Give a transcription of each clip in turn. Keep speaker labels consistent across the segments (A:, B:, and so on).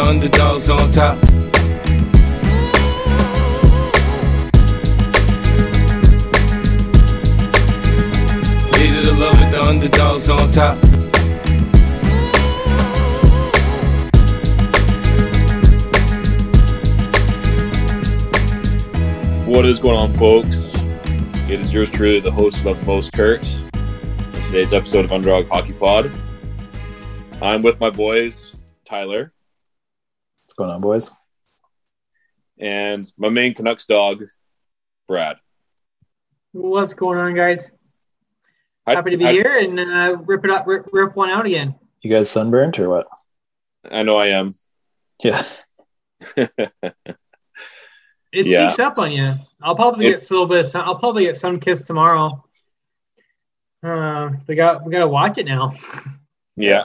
A: underdogs on top. Hated to love it, the underdogs on top.
B: What is going on, folks? It is yours truly, the host of Most Kurt. In today's episode of Underdog Hockey Pod, I'm with my boys, Tyler,
C: What's going on, boys?
B: and my main Canucks dog, Brad.
D: What's going on, guys?
B: I-
D: Happy to be
B: I-
D: here and uh, rip it up, rip, rip one out again.
C: You guys sunburnt or what?
B: I know I am.
C: Yeah.
D: It
B: Yeah.
D: sneaks up on you. I'll probably
B: It-
D: get a little bit. Of sun, I'll probably get sun kiss tomorrow. Uh, we got we got to watch it now.
B: Yeah.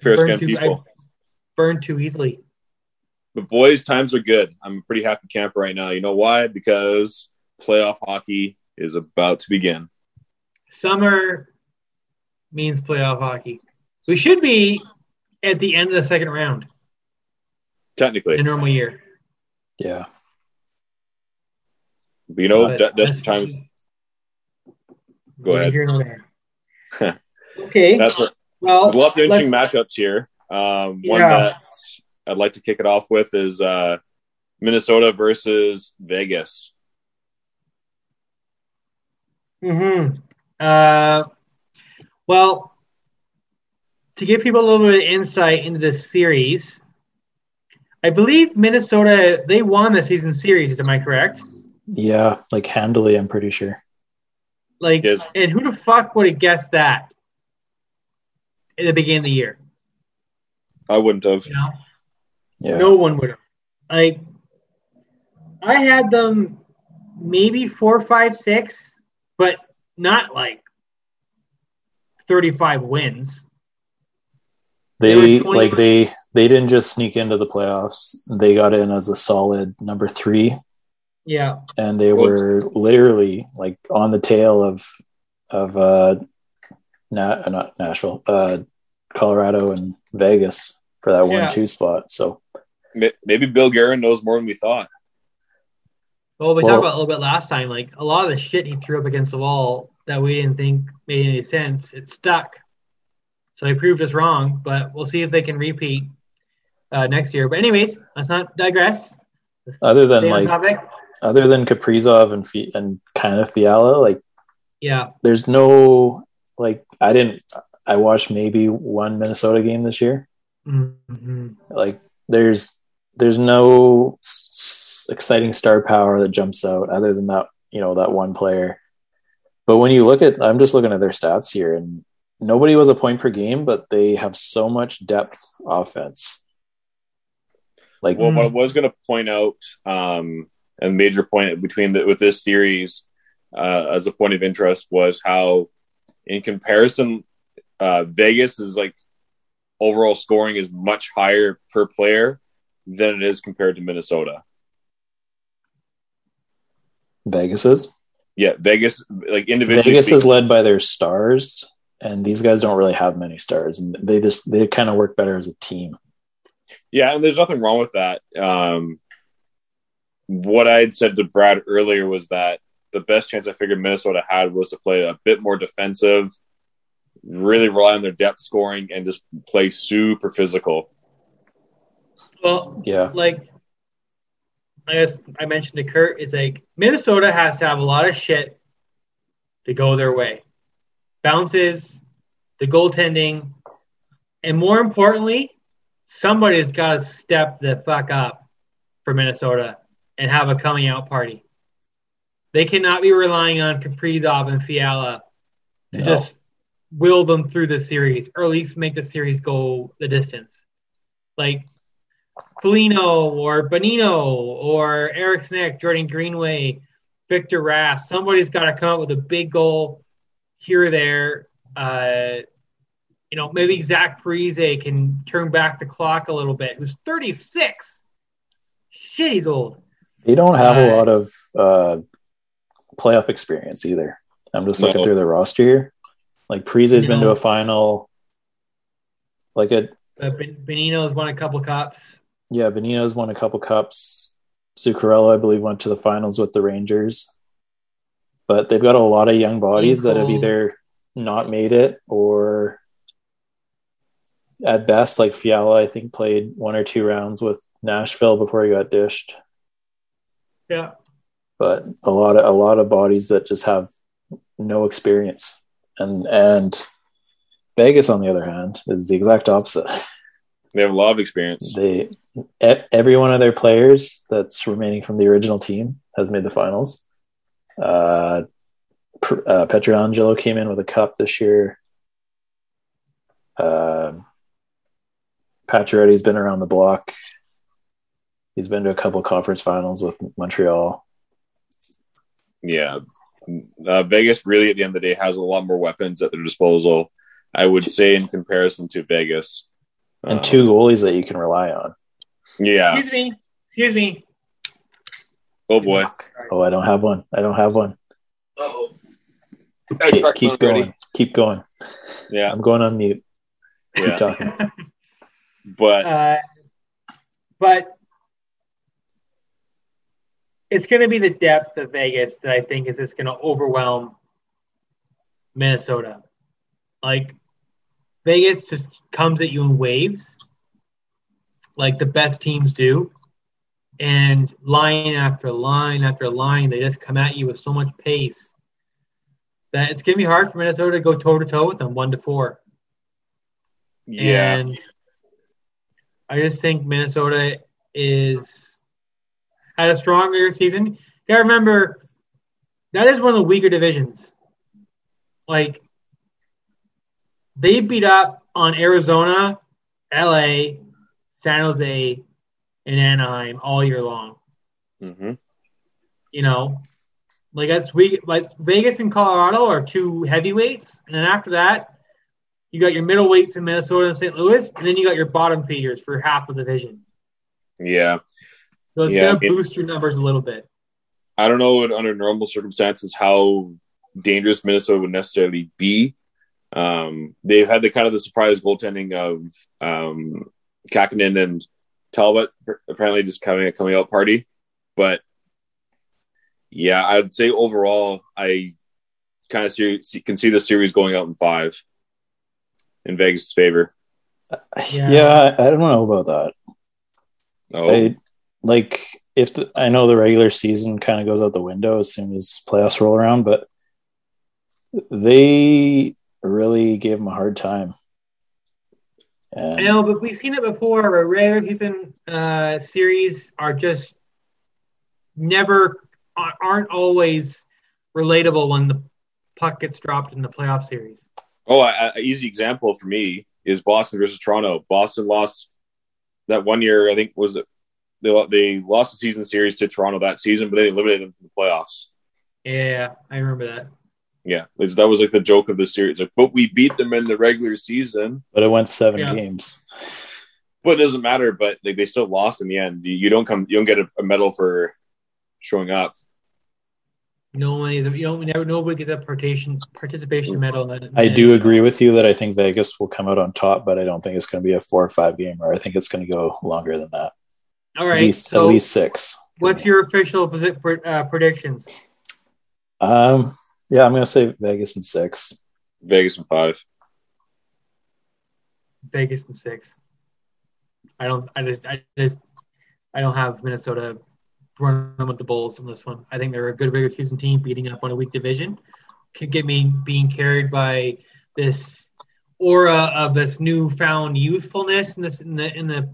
B: Fair
D: Burn
B: skin
D: too-
B: people.
D: Burn too easily.
B: But boys, times are good. I'm a pretty happy camper right now. You know why? Because playoff hockey is about to begin.
D: Summer means playoff hockey. We should be at the end of the second round in a
B: Technically,
D: normal year.
C: Yeah.
B: but you know,
D: But
B: de-
D: that's-
B: desperate Oh, times. Go
D: neither
B: ahead.
D: here nor there. okay.
B: That's a,
D: well,
B: there's lots of interesting
D: Oh, let's-
B: matchups here. Um, one
D: Yeah.
B: that I'd like to kick it off with is uh, Minnesota versus Vegas.
D: Mm-hmm. Uh, well, to give people a little bit of insight into this series, I believe Minnesota they won the season series. Am I correct?
C: Yeah. Like handily, I'm pretty sure.
D: Like,
B: Yes.
D: and who the fuck would have guessed that at the beginning of the year?
B: I wouldn't have.
D: You know,
C: Yeah.
D: no one would have. Like, I had them maybe four, five, six, but not like thirty-five wins.
C: they
D: They were 20
C: like they they didn't just sneak into the playoffs. They got in as a solid number three,
D: Yeah.
C: and they
B: Well-
C: were literally like on the tail of of uh, Na- uh, not Nashville, uh, Colorado and Vegas for that
D: Yeah.
C: one-two spot. So
B: Ma- Maybe Bill Guerin knows more than we thought.
D: Well, we
C: Well-
D: talked about it a little bit last time. Like a lot of the shit he threw up against the wall that we didn't think made any sense, it stuck. So he proved us wrong, but we'll see if they can repeat uh, next year. But anyways, let's not digress.
C: other than
D: Stay on
C: like
D: topic.
C: other than Kaprizov and Fi- and kind of Fiala, like.
D: Yeah.
C: there's no like I didn't I watched maybe one Minnesota game this year.
D: hmm
C: Like there's there's no s- exciting star power that jumps out other than that you know that one player. But when you look at I'm just looking at their stats here and nobody was a point per game, but they have so much depth offense. Like
B: Well,
D: Hmm.
B: what I was going to point out, um, a major point between the, with this series uh, as a point of interest was how, in comparison, uh, Vegas is like overall scoring is much higher per player than it is compared to Minnesota.
C: Vegas is
B: Yeah, Vegas like individually.
C: Vegas is
B: speaking-
C: led by their stars, and these guys don't really have many stars, and they just they kind of work better as a team.
B: yeah, and there's nothing wrong with that. Um, what I had said to Brad earlier was that the best chance I figured Minnesota had was to play a bit more defensive, really rely on their depth scoring, and just play super physical.
D: Well,
C: Yeah,
D: like I guess I mentioned to Kurt is like Minnesota has to have a lot of shit to go their way. Bounces, the goaltending, and more importantly, somebody's got to step the fuck up for Minnesota and have a coming out party. They cannot be relying on Kaprizov and Fiala to
C: No.
D: just will them through the series, or at least make the series go the distance. Like Felino or Bonino or Eric Snick, Jordan Greenway, Victor Rass. Somebody's got to come up with a big goal here or there. Uh, you know, maybe Zach Parise can turn back the clock a little bit. Who's 36? Shit, he's old.
C: they don't have a
D: Uh,
C: lot of uh, playoff experience either. I'm just looking
B: No.
C: through the roster here. Like Prize's been to
D: No.
C: a final. Like a
D: But ben- Benino's won a couple cups.
C: yeah, Benito's won a couple cups. Zuccarello, I believe, went to the finals with the Rangers. But they've got a lot of young bodies that have
D: Cole.
C: either not made it or at best, like Fiala, I think, played one or two rounds with Nashville before he got dished.
D: Yeah.
C: But a lot of a lot of bodies that just have no experience. And and Vegas, on the other hand, is the exact opposite.
B: They have a lot of experience.
C: They e- every one of their players that's remaining from the original team has made the finals. Uh, P- uh, Petrangelo came in with a cup this year. Um, Pacioretty's been around the block. He's been to a couple conference finals with Montreal.
B: Yeah. Uh, Vegas really, at the end of the day, has a lot more weapons at their disposal. I would say, in comparison to Vegas,
C: And
B: Uh,
C: two goalies that you can rely on.
B: Yeah.
D: Excuse me. Excuse me.
B: Oh boy.
C: Oh, I don't have one. I don't have one.
B: Oh.
C: Keep, keep going. Keep going.
B: Yeah.
C: I'm going on mute. Keep
B: Yeah.
C: talking.
B: But
D: Uh, but it's going to be the depth of Vegas that I think is just going to overwhelm Minnesota. Like Vegas just comes at you in waves, like the best teams do, and line after line after line, they just come at you with so much pace that it's going to be hard for Minnesota to go toe to toe with them, one to four.
B: yeah,
D: And I just think Minnesota is had a strong regular season. You gotta remember that is one of the weaker divisions. Like they beat up on Arizona, LA, San Jose, and Anaheim all year long.
B: hmm
D: You know? Like that's we like Vegas and Colorado are two heavyweights, and then after that, you got your middleweights in Minnesota and St. Louis, and then you got your bottom feeders for half of the division.
B: yeah.
D: So it's
B: Yeah,
D: going
B: it-
D: to boost your numbers a little bit.
B: I don't know what- under normal circumstances how dangerous Minnesota would necessarily be. Um, they've had the kind of the surprise goaltending of um, Kakinen and Talbot apparently just having a coming out party, but yeah, I'd say overall I kind of see, see- can see the series going out in five in Vegas' favor.
D: Yeah.
C: Yeah, I, I don't know about that.
B: Oh,
C: I like if the, I know the regular season kind of goes out the window as soon as playoffs roll around, but they really gave him a hard time.
D: I
C: And
D: know, but we've seen it before. Where regular season uh, series are just never are- aren't always relatable when the puck gets dropped in the playoff series.
B: Oh, a a easy example for me is Boston versus Toronto. Boston lost that one year. I think was it, they lo- they lost the season series to Toronto that season, but they eliminated them from the playoffs.
D: Yeah, I remember that.
B: Yeah, it's- that was like the joke of the series. Like, but we beat them in the regular season,
C: but it went seven
D: Yeah.
C: games.
B: but it doesn't matter. But like they still lost in the end. You, you don't come. You don't get a, a medal for showing up.
D: No one is, you know, never, nobody gets a participation participation medal. in that-
C: I do agree with you that I think Vegas will come out on top, but I don't think it's going to be a four or five game, or I think it's going to go longer than that.
D: All right.
C: at least
D: so
C: at least six.
D: what's your official posi- pr- uh, predictions?
C: Um, yeah, I'm going to say Vegas in six.
B: Vegas in five.
D: Vegas and six. I don't. I just. I just. I don't have Minnesota running with the Bulls on this one. I think they're a good regular season team, beating up on a weak division. Could get me being carried by this aura of this newfound youthfulness in this in the in the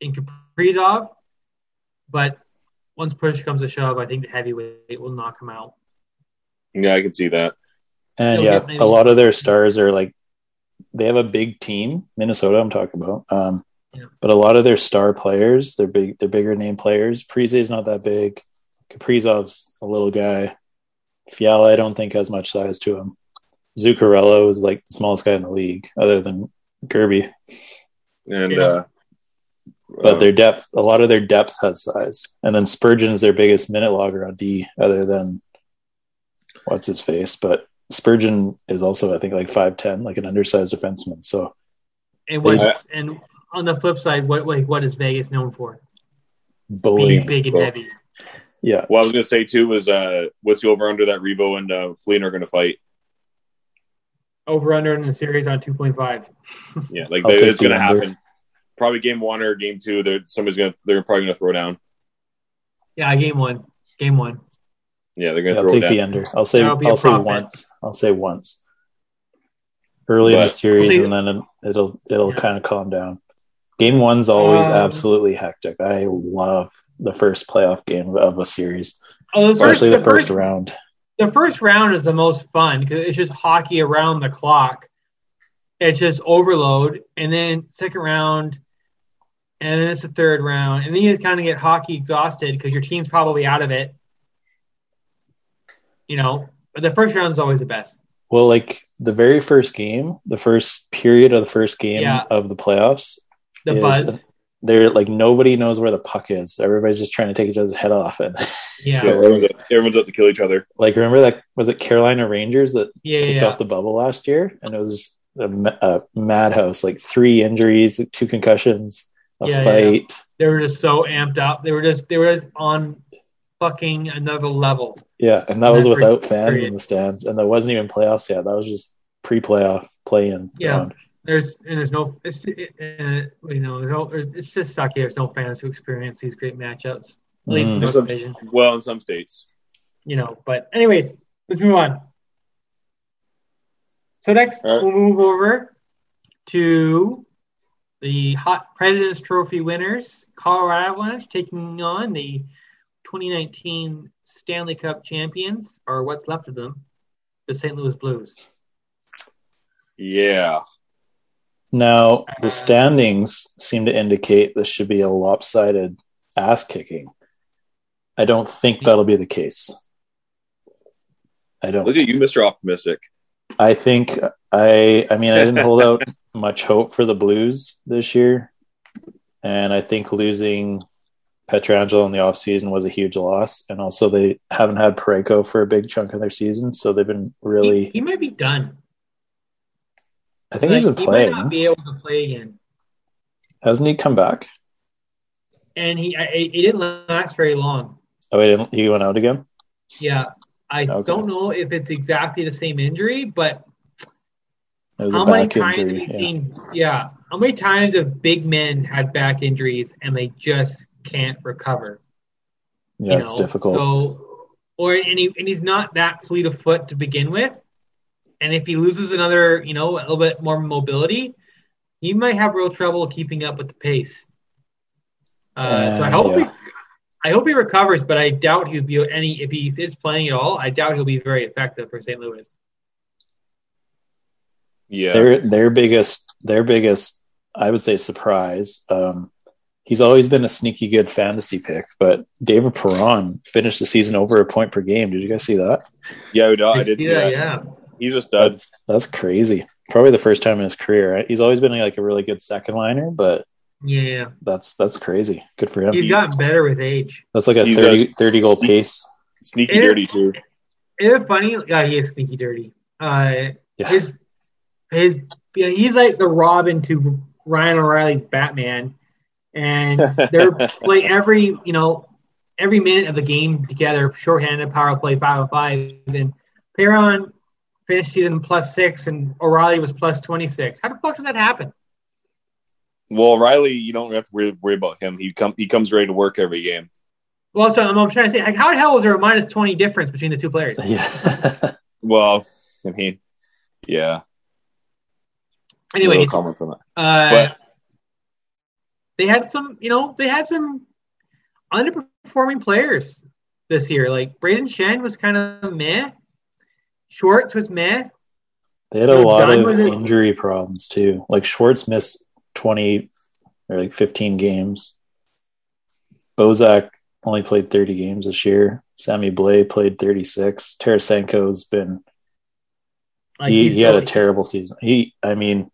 D: in Kaprizov. But once push comes to shove, I think the heavyweight will knock him out.
B: Yeah, I can see that.
C: And
D: They'll
C: yeah,
D: get maybe-
C: a lot of their stars are like they have a big team. Minnesota, I'm talking about. Um,
D: Yeah.
C: but a lot of their star players, they're big, they're bigger name players. Prize's not that big. Kaprizov's a little guy. Fiala, I don't think has much size to him. Zuccarello is like the smallest guy in the league, other than Kirby.
B: And
D: Yeah.
B: uh,
C: But
B: uh,
C: their depth, a lot of their depth has size. And then Spurgeon is their biggest minute logger on D, other than what's his face. But Spurgeon is also, I think, like five ten, like an undersized defenseman. So
D: And what
B: Yeah.
D: and on the flip side, what like what is Vegas known for? Being
C: Bullying.
D: big and
B: Well,
D: heavy.
C: Yeah.
B: What I was gonna say too was uh, what's the over under that Revo and uh, Fleen are gonna fight?
D: Over under in the series on two point five.
B: Yeah, like
C: I'll
B: they,
C: take
B: it's gonna
C: the under.
B: happen. Probably game one or game two. They're, somebody's gonna they're probably gonna throw down.
D: Yeah, game one. Game one.
B: Yeah, they're
C: Yeah,
B: gonna
C: I'll
B: throw
C: take
B: down.
C: the under. I'll say
D: That'll be a
C: I'll say
D: prop bet.
C: once. I'll say once. Early in the
B: But-
C: series,
D: See-
C: and then it- it'll it'll
D: Yeah.
C: kind of calm down. Game one's always
D: Um,
C: absolutely hectic. I love the first playoff game of a series,
D: Oh, the first,
C: especially
D: the
C: the first
D: first
C: round.
D: the first round is the most fun because it's just hockey around the clock. It's just overload, and then second round, and then it's the third round, and then you kind of get hockey exhausted because your team's probably out of it. You know, but the first round is always the best.
C: Well, like the very first game, the first period of the first game
D: Yeah.
C: of the playoffs,
D: The
C: Yes.
D: buzz,
C: they're like nobody knows where the puck is. Everybody's just trying to take each other's head off. And
D: yeah,
B: Yeah,
D: yeah,
B: everyone's, up, everyone's up to kill each other.
C: like, remember that was it Carolina Rangers that
D: yeah,
C: kicked
D: yeah.
C: off the bubble last year, and it was just a, ma- a madhouse. Like three injuries, two concussions, a
D: Yeah, yeah,
C: fight.
D: They were just so amped up. They were just they were just on fucking another level.
C: Yeah, and that was
D: That first
C: without fans
D: period.
C: in the stands, and that wasn't even playoffs yet. That was just pre-playoff play-in.
D: Yeah.
C: round.
D: There's and there's no it's it, it, you know there's no, there's- it's just sucky. There's no fans who experience these great matchups. At least in
C: Mm.
D: this
B: Some-
D: division,
B: Well, in some states,
D: you know. But anyways, let's move on. So next
B: All right.
D: we'll move over to the hot President's Trophy winners, Colorado Avalanche, taking on the 2019 Stanley Cup champions, or what's left of them, the St. Louis Blues.
B: yeah,
C: Now
D: Uh,
C: the standings seem to indicate this should be a lopsided ass kicking. I don't think
D: Hmm.
C: that'll be the case. I don't.
B: look at you, Mister Optimistic.
C: I think I I mean I didn't hold out much hope for the Blues this year. And I think losing Petrangelo in the offseason was a huge loss. And also they haven't had Pareko for a big chunk of their season. So they've been really
D: He, he might be done.
C: I think he's been
D: Like, he might
C: playing.
D: not be able to play again.
C: Hasn't he come back?
D: and he I, it didn't last very long.
C: Oh he didn't he went out again?
D: Yeah, I
C: Okay.
D: don't know if it's exactly the same injury, but
C: It was
D: how
C: a
D: many
C: back
D: times
C: injury.
D: have we
C: Yeah.
D: seen? Yeah, how many times have big men had back injuries and they just can't recover?
C: Yeah,
D: you
C: it's
D: know?
C: difficult.
D: So, or and he and he's not that fleet of foot to begin with, and if he loses another, you know, a little bit more mobility, he might have real trouble keeping up with the pace. Uh, so I
C: Uh,
D: hope
C: yeah.
D: he, I hope he recovers, but I doubt he'll be any if he is playing at all. I doubt he'll be very effective for St. Louis.
B: Yeah,
C: their their biggest their biggest I would say surprise. Um, he's always been a sneaky good fantasy pick, but David Perron finished the season over a point per game. Did you guys see that?
B: yeah, no, Oh, I did see
D: yeah,
B: that.
D: yeah.
B: He's a stud.
C: That's crazy. Probably the first time in his career. He's always been like a really good second liner, but
D: Yeah,
C: that's that's crazy. Good for him.
D: he's gotten better with age.
C: That's like a
B: He's
C: 30,
B: a-
C: 30 goal pace.
B: Sneaky
D: Yeah.
B: dirty too.
D: Isn't it funny? Yeah, he is sneaky dirty. Uh,
C: Yeah.
D: his his yeah, he's like the Robin to Ryan O'Reilly's Batman, and they're play every you know every minute of the game together, shorthanded power play five on five, and Perron finished season plus six, and O'Reilly was plus twenty six. How the fuck does that happen?
B: Well, Riley, you don't have to worry, worry about him. He come he comes ready to work every game.
D: Well, so I'm, I'm trying to say, like, how the hell was there a minus twenty difference between the two players?
C: Yeah.
B: Well, I mean, yeah.
D: Anyway,
B: no comment on that.
D: Uh,
B: But-
D: they had some, you know, they had some underperforming players this year. Like Braden Shen was kind of meh. Schwartz was meh.
C: They had a lot
D: Dunn
C: of
D: was in-
C: injury problems too. Like Schwartz missed twenty or like fifteen games. Bozak only played thirty games this year. Sammy Blay played thirty six. Tarasenko's been
D: Like
C: he,
D: he's
C: he had a
D: still-
C: terrible season. He I mean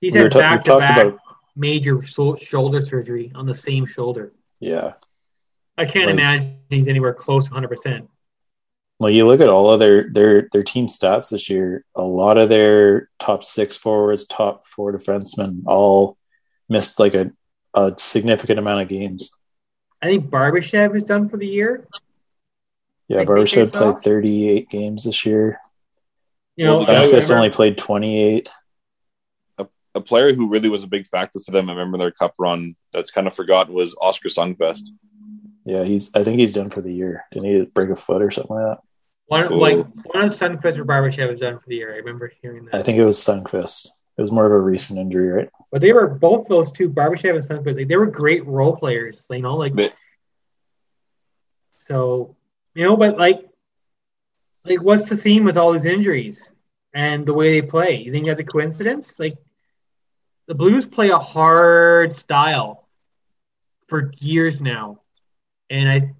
D: He's
C: we were
D: had
C: ta- we
D: back to back
C: talked about
D: major so- shoulder surgery on the same shoulder.
C: yeah.
D: I can't
C: Like-
D: imagine he's anywhere close to 100. percent
C: Well you look at all of their their their team stats this year, a lot of their top six forwards, top four defensemen all missed like a, a significant amount of games.
D: I think Barbashev is done for the year.
C: Yeah,
D: I think they
C: Barbashev
D: saw-
C: played 38 games this year.
D: You know,
B: Well, the guy who
C: Boniface
B: never-
C: only played 28.
B: A player who really was a big factor for them. I remember their cup run. That's kind of forgotten was Oscar Songfest.
C: Yeah, he's. I think he's done for the year. Didn't he break a foot or something like
D: one
B: Cool.
D: like one of Sunquist or Barbashev is done for the year. I remember hearing that.
C: that? I think it was Sunquist. It was more of a recent injury, right?
D: But they were both those two, Barbashev and Sunquist, like, they were great role players, you know, like
B: They-
D: so you know, but like like what's the theme with all these injuries and the way they play? You think that's a coincidence? Like the Blues play a hard style for years now. And I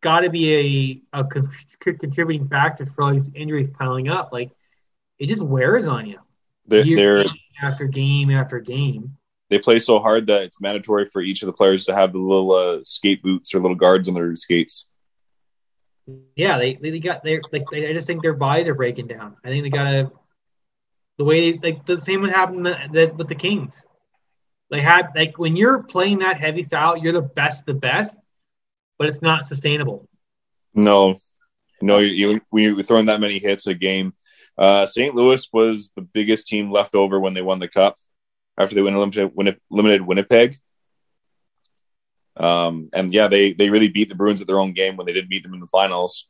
D: got to be a, a con- contributing factor for all these injuries piling up. Like it just wears on you
B: They're,
D: year
B: they're
D: after game after game.
B: they play so hard that it's mandatory for each of the players to have the little uh, skate boots or little guards on their skates.
D: Yeah, they they got they like they, I just think their bodies are breaking down. I think they gotta the way like the same would happen that, that with the Kings. They had like when you're playing that heavy style, you're the best of the best, but it's not sustainable.
B: No, no, you, you, when you're throwing that many hits a game, uh, St. Louis was the biggest team left over when they won the cup after they win limited, Winni- limited Winnipeg. Um, and yeah, they, they really beat the Bruins at their own game when they did beat them in the finals.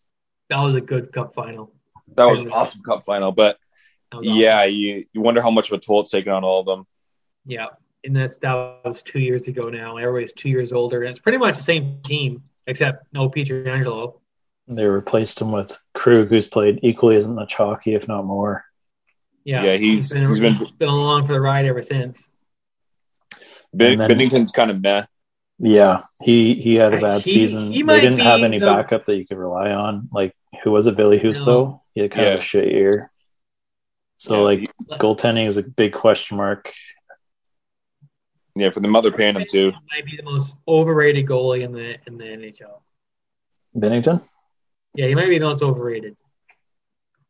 D: That was a good cup final.
B: That was an awesome cup final, but
D: That was awesome.
B: yeah, you, you wonder how much of a toll it's taken on all of them.
D: yeah. And that's that was two years ago now. Everybody's two years older, and it's pretty much the same team except no Peter Angelo.
C: They replaced him with Krug, who's played equally as much hockey, if not more.
D: Yeah,
B: Yeah, he's-
D: been,
B: he's been-
D: been along for the ride ever since.
B: Ben,
C: And then-
B: Bennington's kind of meh.
C: Yeah, he he had a
D: Uh,
C: bad
D: he-
C: season.
D: he
C: they
D: might
C: didn't have
D: be
C: any
D: the-
C: backup that you could rely on. Like who was it, Billy Huso? He had kind of
B: Yeah.
C: a shit year. So
B: Yeah,
C: like
B: he-
C: goaltending is a big question mark.
B: yeah, for the mother paying him too.
D: Might be the most overrated goalie in the in the NHL.
C: Bennington,
D: Yeah, he might be the most overrated.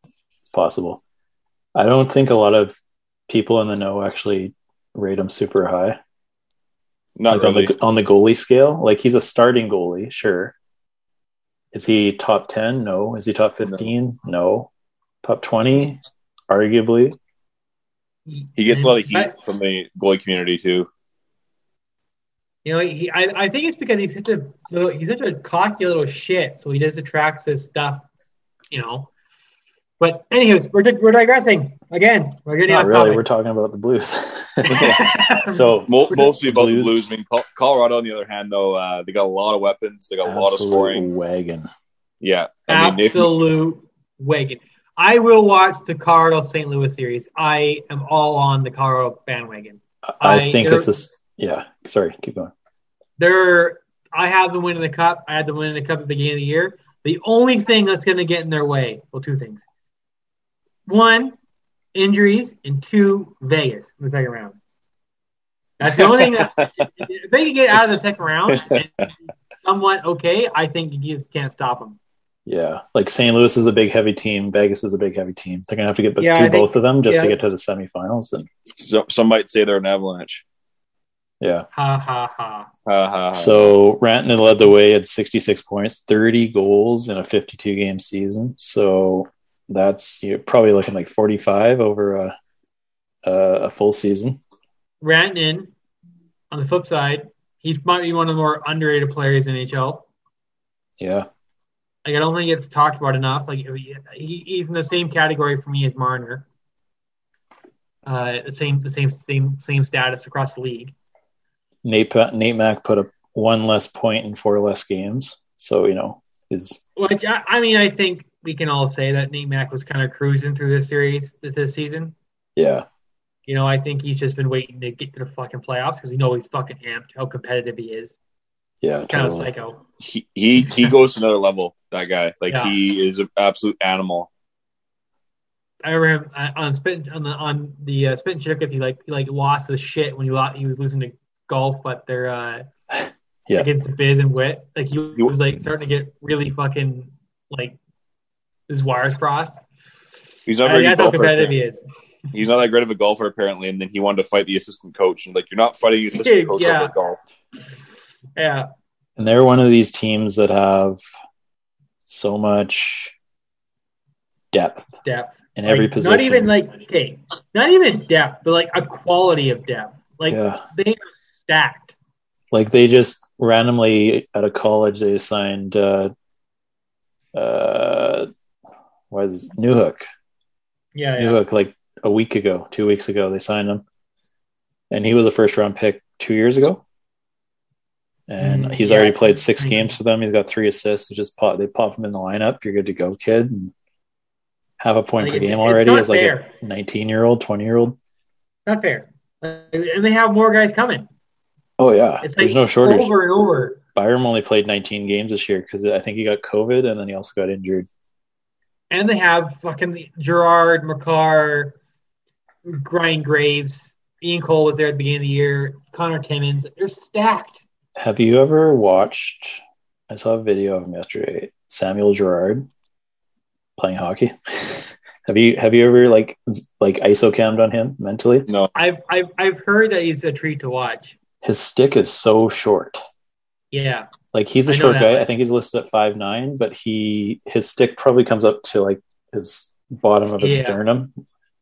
C: it's possible. I don't think a lot of people in the know actually rate him super high.
B: Not
C: Like, on the-
B: really.
C: on the goalie scale. Like he's a starting goalie, sure. Is he top ten? No. Is he top fifteen? No. Top twenty, arguably.
B: He gets a lot of heat from the goalie community too.
D: You know, he, I I think it's because he's such a little, he's such a cocky little shit, so he just attracts this stuff. You know. But anyways, we're dig- we're digressing again. We're getting
C: Not
D: off
C: really. We're
D: topic.
C: talking about the Blues. so
D: so
B: Mo- mostly about the Blues.
C: Blues.
B: I mean, Col- Colorado, on the other hand, though, uh, they got a lot of weapons. They got a lot of
C: absolute
B: scoring.
C: wagon.
B: Yeah, I mean, if-
D: absolute wagon. I will watch the Colorado St. Louis series. I am all on the Colorado bandwagon.
C: I, I
D: I-
C: think
D: there-
C: it's a s- yeah. Sorry, keep going.
D: They're I have them winning the cup. I had them winning the cup at the beginning of the year. The only thing that's going to get in their way, well, two things. One, injuries, and two, Vegas in the second round. That's the only thing that if they can get out of the second round and somewhat okay, I think you just can't stop them.
C: Yeah, like St. Louis is a big heavy team. Vegas is a big heavy team. They're gonna have to get
D: Yeah, I
C: through
D: think-
C: both of them just to
D: yeah.
C: get to the semifinals. And
B: so, some might say they're an avalanche.
C: yeah,
D: Ha ha ha.
B: Ha, ha, ha.
C: so Rantanen led the way at 66 points, 30 goals in a 52 game season. So that's you're probably looking like 45 over a a, a full season.
D: Rantanen, on the flip side, he might be one of the more underrated players in NHL.
C: Yeah,
D: Like I don't think it's talked about enough. Like he, he's in the same category for me as Marner. Uh, the same, the same, same, same status across the league.
C: Nate Pa- Nate Mack put up one less point in four less games. So you know his
D: Which I, I mean, I think we can all say that Nate Mack was kind of cruising through this series this, this season.
C: yeah
D: You know, I think he's just been waiting to get to the fucking playoffs because you know he's fucking amped how competitive he is.
C: yeah
D: Kind of
C: totally.
D: psycho.
B: he, he he goes to another level. That guy, like
D: Yeah.
B: he is an absolute animal.
D: I remember him uh, on spin on the on the uh, spin chickens. He like he like lost his shit when he lost, he was losing to golf, but they're uh,
C: Yeah.
D: against the Biz and Wit. Like he
B: You-
D: was like starting to get really fucking like his wires crossed.
B: He's
D: I
B: not
D: mean,
B: very
D: that's how
B: good.
D: competitive
B: golfer.
D: he is.
B: he's not that great of a golfer apparently, and then he wanted to fight the assistant coach and like you're not fighting the assistant coach
D: Yeah.
B: over golf.
D: Yeah.
C: And they're one of these teams that have so much depth
D: Depth.
C: in every
D: Like,
C: position.
D: Not even like okay, not even depth, but like a quality of depth. Like
C: yeah.
D: they are stacked.
C: like they just randomly out of college they assigned uh uh was Newhook.
D: Yeah, yeah.
C: Newhook like a week ago, two weeks ago they signed him. And he was a first round pick two years ago. And
D: Mm,
C: he's
D: yeah.
C: already played six
D: Mhm.
C: games for them. He's got three assists. They just pop they pop him in the lineup. You're good to go, kid. And have a point
D: Like,
C: per
D: it's-
C: game
D: it's
C: already
D: not
C: as like
D: fair.
C: a nineteen year old, twenty year old.
D: not fair. Like, and they have more guys coming.
C: Oh yeah.
D: It's like
C: There's no shortage.
D: over and over.
C: Byram only played 19 games this year because I think he got COVID and then he also got injured.
D: And they have fucking Gerard, McCarr, Brian Graves, Ian Cole was there at the beginning of the year, Connor Timmins. They're stacked.
C: Have you ever watched? I saw a video of him yesterday. Samuel Gerard playing hockey. have you have you ever like z- like isocammed on him mentally?
D: I've I've I've heard that he's a treat to watch.
C: His stick is so short.
D: Yeah.
C: Like he's a
D: I know
C: short
D: that,
C: guy.
D: but-
C: I think he's listed at five nine, but he his stick probably comes up to like his bottom of his
D: Yeah.
C: sternum.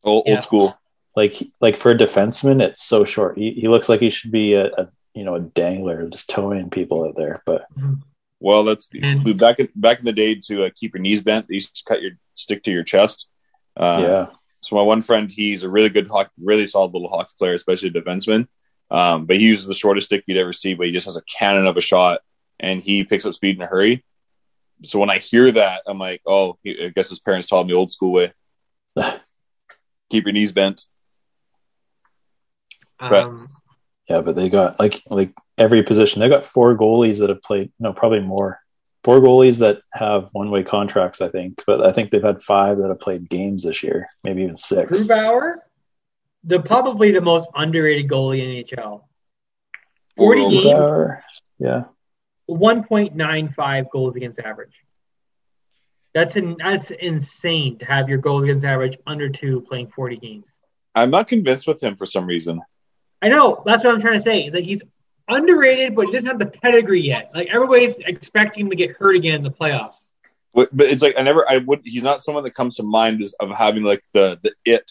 B: Old,
D: Yeah.
B: old school.
C: Like like for a defenseman, it's so short. He, he looks like he should be a, a you know a dangler, just towing people out there. But
D: Mm-hmm.
B: Well, that's the,
D: And-
B: back in back in the day to uh, keep your knees bent. They used to cut your stick to your chest. Uh,
C: yeah,
B: So my one friend, he's a really good, hockey, really solid little hockey player, especially a defenseman. Um, but he uses the shortest stick you'd ever see, but he just has a cannon of a shot, and he picks up speed in a hurry. So when I hear that, I'm like, oh, he, I guess his parents taught him the old school way: keep your knees bent. Right.
D: Um,
C: Yeah, but they got like like every position. They got four goalies that have played. No, probably more. Four goalies that have one way contracts. I think, but I think they've had five that have played games this year. Maybe even six.
D: Grubauer, the probably the most underrated goalie in NHL.
B: Or
D: 40
B: over.
D: games.
C: Grubauer, Yeah,
D: 1.95 goals against average. That's in, that's insane to have your goals against average under two playing 40 games.
B: I'm not convinced with him for some reason.
D: I know that's what I'm trying to say. It's like he's underrated, but he doesn't have the pedigree yet. Like everybody's expecting him to get hurt again in the playoffs.
B: But, but it's like I never, I would. He's not someone that comes to mind as, of having like the the it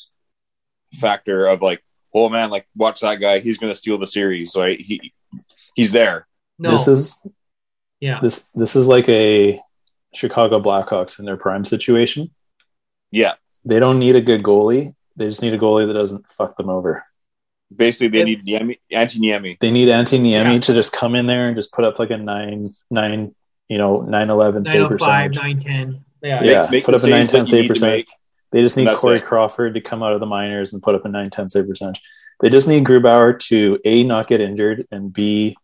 B: factor of like, oh man, like watch that guy, he's gonna steal the series. Right? He he's there.
D: No,
C: this is
D: yeah,
C: this this is like a Chicago Blackhawks in their prime situation.
B: Yeah.
C: They don't need a good goalie. They just need a goalie that doesn't fuck them over.
B: Basically, they
D: Yeah.
B: need Niemi, anti Niemi.
C: They need Antti Niemi
D: Yeah.
C: to just come in there and just put up like a nine nine you know nine eleven save
D: 905,
C: percentage.
D: 910. Yeah,
C: Yeah. put up a
B: mistakes
C: 9, 10
B: that you need
C: save
B: to
C: percentage.
B: make.
C: They just need
B: That's
C: Corey
B: it.
C: Crawford to come out of the minors and put up a 9-10 save percentage. They just need Grubauer to A, not get injured, and B,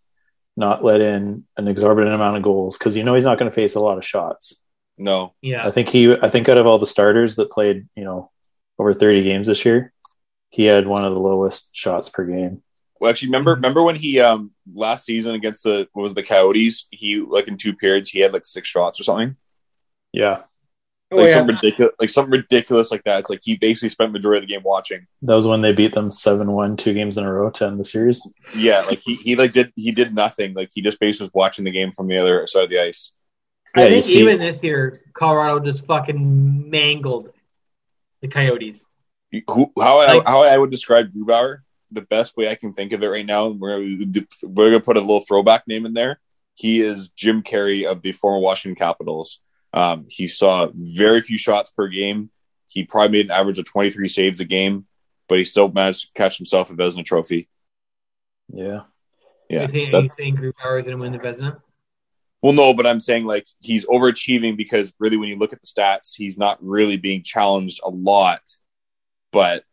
C: not let in an exorbitant amount of goals because you know he's not going to face a lot of shots.
B: No,
D: yeah.
C: I think he, I think out of all the starters that played, you know, over 30 games this year, he had one of the lowest shots per game.
B: well, actually,
D: Mhm.
B: remember remember when he um last season against the what was it, the Coyotes? He like in two periods he had like six shots or something,
C: Yeah.
D: Oh,
B: like
D: yeah.
B: something ridiculous, like something ridiculous like that. It's like he basically spent majority of the game watching.
C: That was when they beat them 7-1 two games in a row to end the series.
B: Yeah, like he, he like did he did nothing. Like he just basically was watching the game from the other side of the ice.
C: Yeah,
D: I
C: you
D: think
C: see-
D: even this year, Colorado just fucking mangled the Coyotes.
B: Who, how I,
D: Like-
B: how I would describe Grubauer, the best way I can think of it right now, and we're gonna, do- we're gonna put a little throwback name in there. He is Jim Carrey of the former Washington Capitals. Um, he saw very few shots per game. He probably made an average of 23 saves a game, but he still managed to catch himself a Vesna trophy.
C: Yeah.
B: Yeah,
D: you think,
B: that's-
D: you think Grubauer is going to win the Vesna?
B: Well, no, but I'm saying like he's overachieving because really, when you look at the stats, he's not really being challenged a lot, but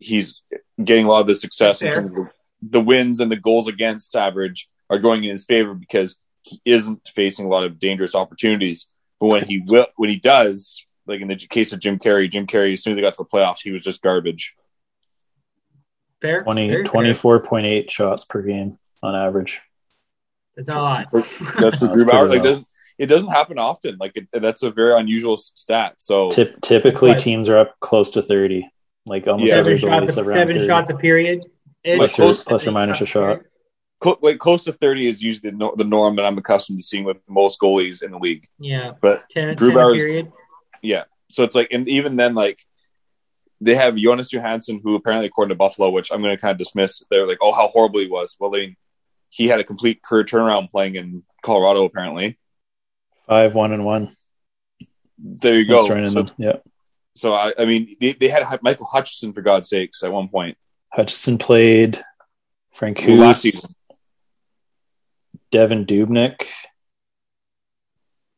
B: he's getting a lot of the success in
D: Fair.
B: terms of the wins and the goals against average are going in his favor because he isn't facing a lot of dangerous opportunities. But when he will, when he does, like in the case of Jim Carrey, Jim Carrey, as soon as they got to the playoffs, he was just garbage.
D: Fair?
C: 20,
D: Very fair.
C: 24.8 shots per game on average.
D: That's not a lot.
B: That's the
C: That's
B: Grubauer.
C: pretty
B: Like
C: low.
B: doesn't it doesn't happen often. Like it, that's a very unusual s- stat. So
C: Typ- typically,
D: But-
C: teams are up close to 30. Like almost
B: Yeah.
C: every
D: seven
C: goalie's
D: shots,
C: around
D: seven
C: thirty.
D: shots a period.
B: Like,
D: It's-
B: close-
C: plus or minus a shot.
B: Cl- like close to thirty is usually the, nor- the norm that I'm accustomed to seeing with most goalies in the league.
D: Yeah,
B: But
D: ten, ten a
B: Grubauer's-
D: period.
B: So it's like, and even then, like they have Jonas Johansson, who apparently, according to Buffalo, which I'm going to kind of dismiss, they're like, oh, how horrible he was. Well, they, he had a complete career turnaround playing in Colorado. Apparently,
C: Five one and one.
B: there you
C: Since
B: go.
C: joining
B: So,
C: them. Yeah.
B: so I, I mean, they, they had Hu- Michael Hutchinson for God's sakes at one point
C: Hutchison played. Frank
B: last
C: Hughes,
B: season.
C: Devin Dubnik.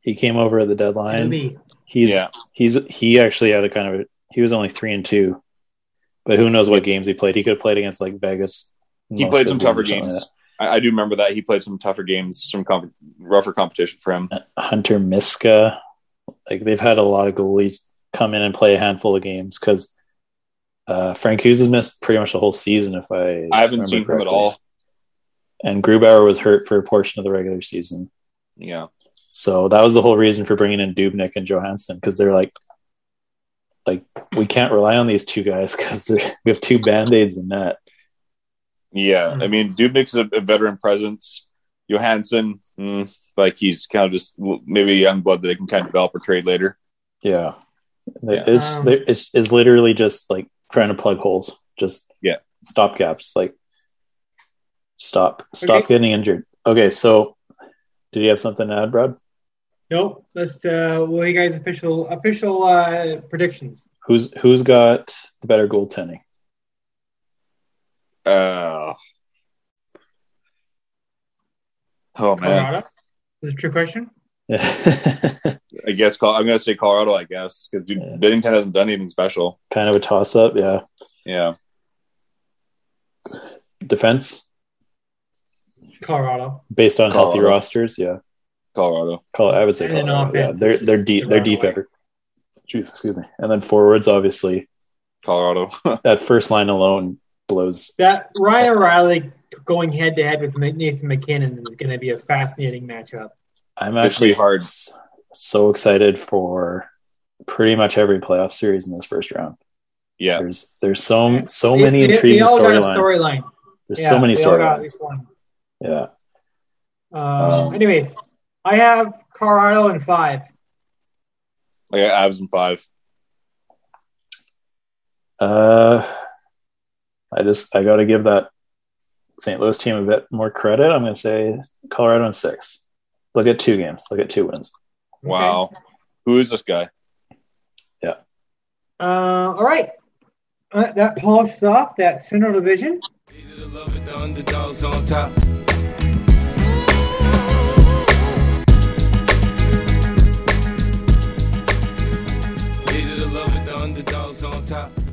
C: He came over at the deadline.
D: Maybe.
C: He's
B: Yeah.
C: he's he actually had a kind of a, he was only three and two, but who knows what games he played? He could have played against like Vegas.
B: He
C: Las
B: played some
C: Vegas or
B: tougher
C: something like
B: games. I, I do remember that he played some tougher games, some comp- rougher competition for him.
C: that. Hunter Miska. Like they've had a lot of goalies come in and play a handful of games because uh, Frank Hughes has missed pretty much the whole season. If I
B: I haven't
C: remember
B: seen him at
C: correctly.
B: all.
C: and Grubauer was hurt for a portion of the regular season.
B: Yeah,
C: So that was the whole reason for bringing in Dubnik and Johansson because they're like, like we can't rely on these two guys because we have two band aids in that.
B: yeah.
D: Hmm.
B: I mean, Dubnik's a, a veteran presence. Johansson, mm, like he's kind of just well, maybe a young blood that they can kind of develop or trade later.
C: Yeah,
B: Yeah.
C: it's
D: Um,
C: it's is literally just like trying to plug holes, just
B: Yeah.
C: stop gaps, like stop stop getting injured. Okay, so did you have something to add, Brad?
D: Nope. Let's. Uh, what are you guys' official official uh, predictions?
C: Who's who's got the better goaltending?
B: Uh, oh man,
D: Colorado? Is it a true question?
C: kind
B: I guess Col- I'm gonna say Colorado. I guess because
C: Yeah.
B: Bennington hasn't done anything special.
C: of a toss up. Yeah,
B: Yeah,
C: defense
D: Colorado.
C: based on healthy
B: Colorado.
C: rosters. Yeah.
B: Colorado.
C: Col- I would say
D: And then
C: Colorado. Yeah,
D: offense,
C: they're
D: just
C: they're deep.
D: the
C: They're
D: runaway.
C: deep. Ever. Jeez, excuse me. And then forwards, obviously,
B: Colorado.
C: that first line alone blows.
D: That Ryan O'Reilly going head to head with Ma- Nathan McKinnon is going to be a fascinating matchup.
C: I'm
B: It's
C: actually
B: pretty hard.
C: s- so excited for pretty much every playoff series in this first round.
B: yeah,
C: There's there's so so
D: They-
C: many
D: they-
C: intriguing
D: They all got a
C: storylines.
D: storyline.
C: There's
D: Yeah,
C: so many
D: they all got at
C: storylines.
D: least one.
C: Yeah,
D: Um,
B: Um,
D: anyways, I have Colorado in five.
B: I got Abs and five.
C: uh, I just I got to give that St. Louis team a bit more credit. I'm going to say Colorado in six. Look at two games. Look at two wins.
B: Wow, who is this guy?
D: Uh, all right. Uh, that polished off that Central Division.
A: Hated to love it, the underdogs on top. Hated to love it, the underdogs on top.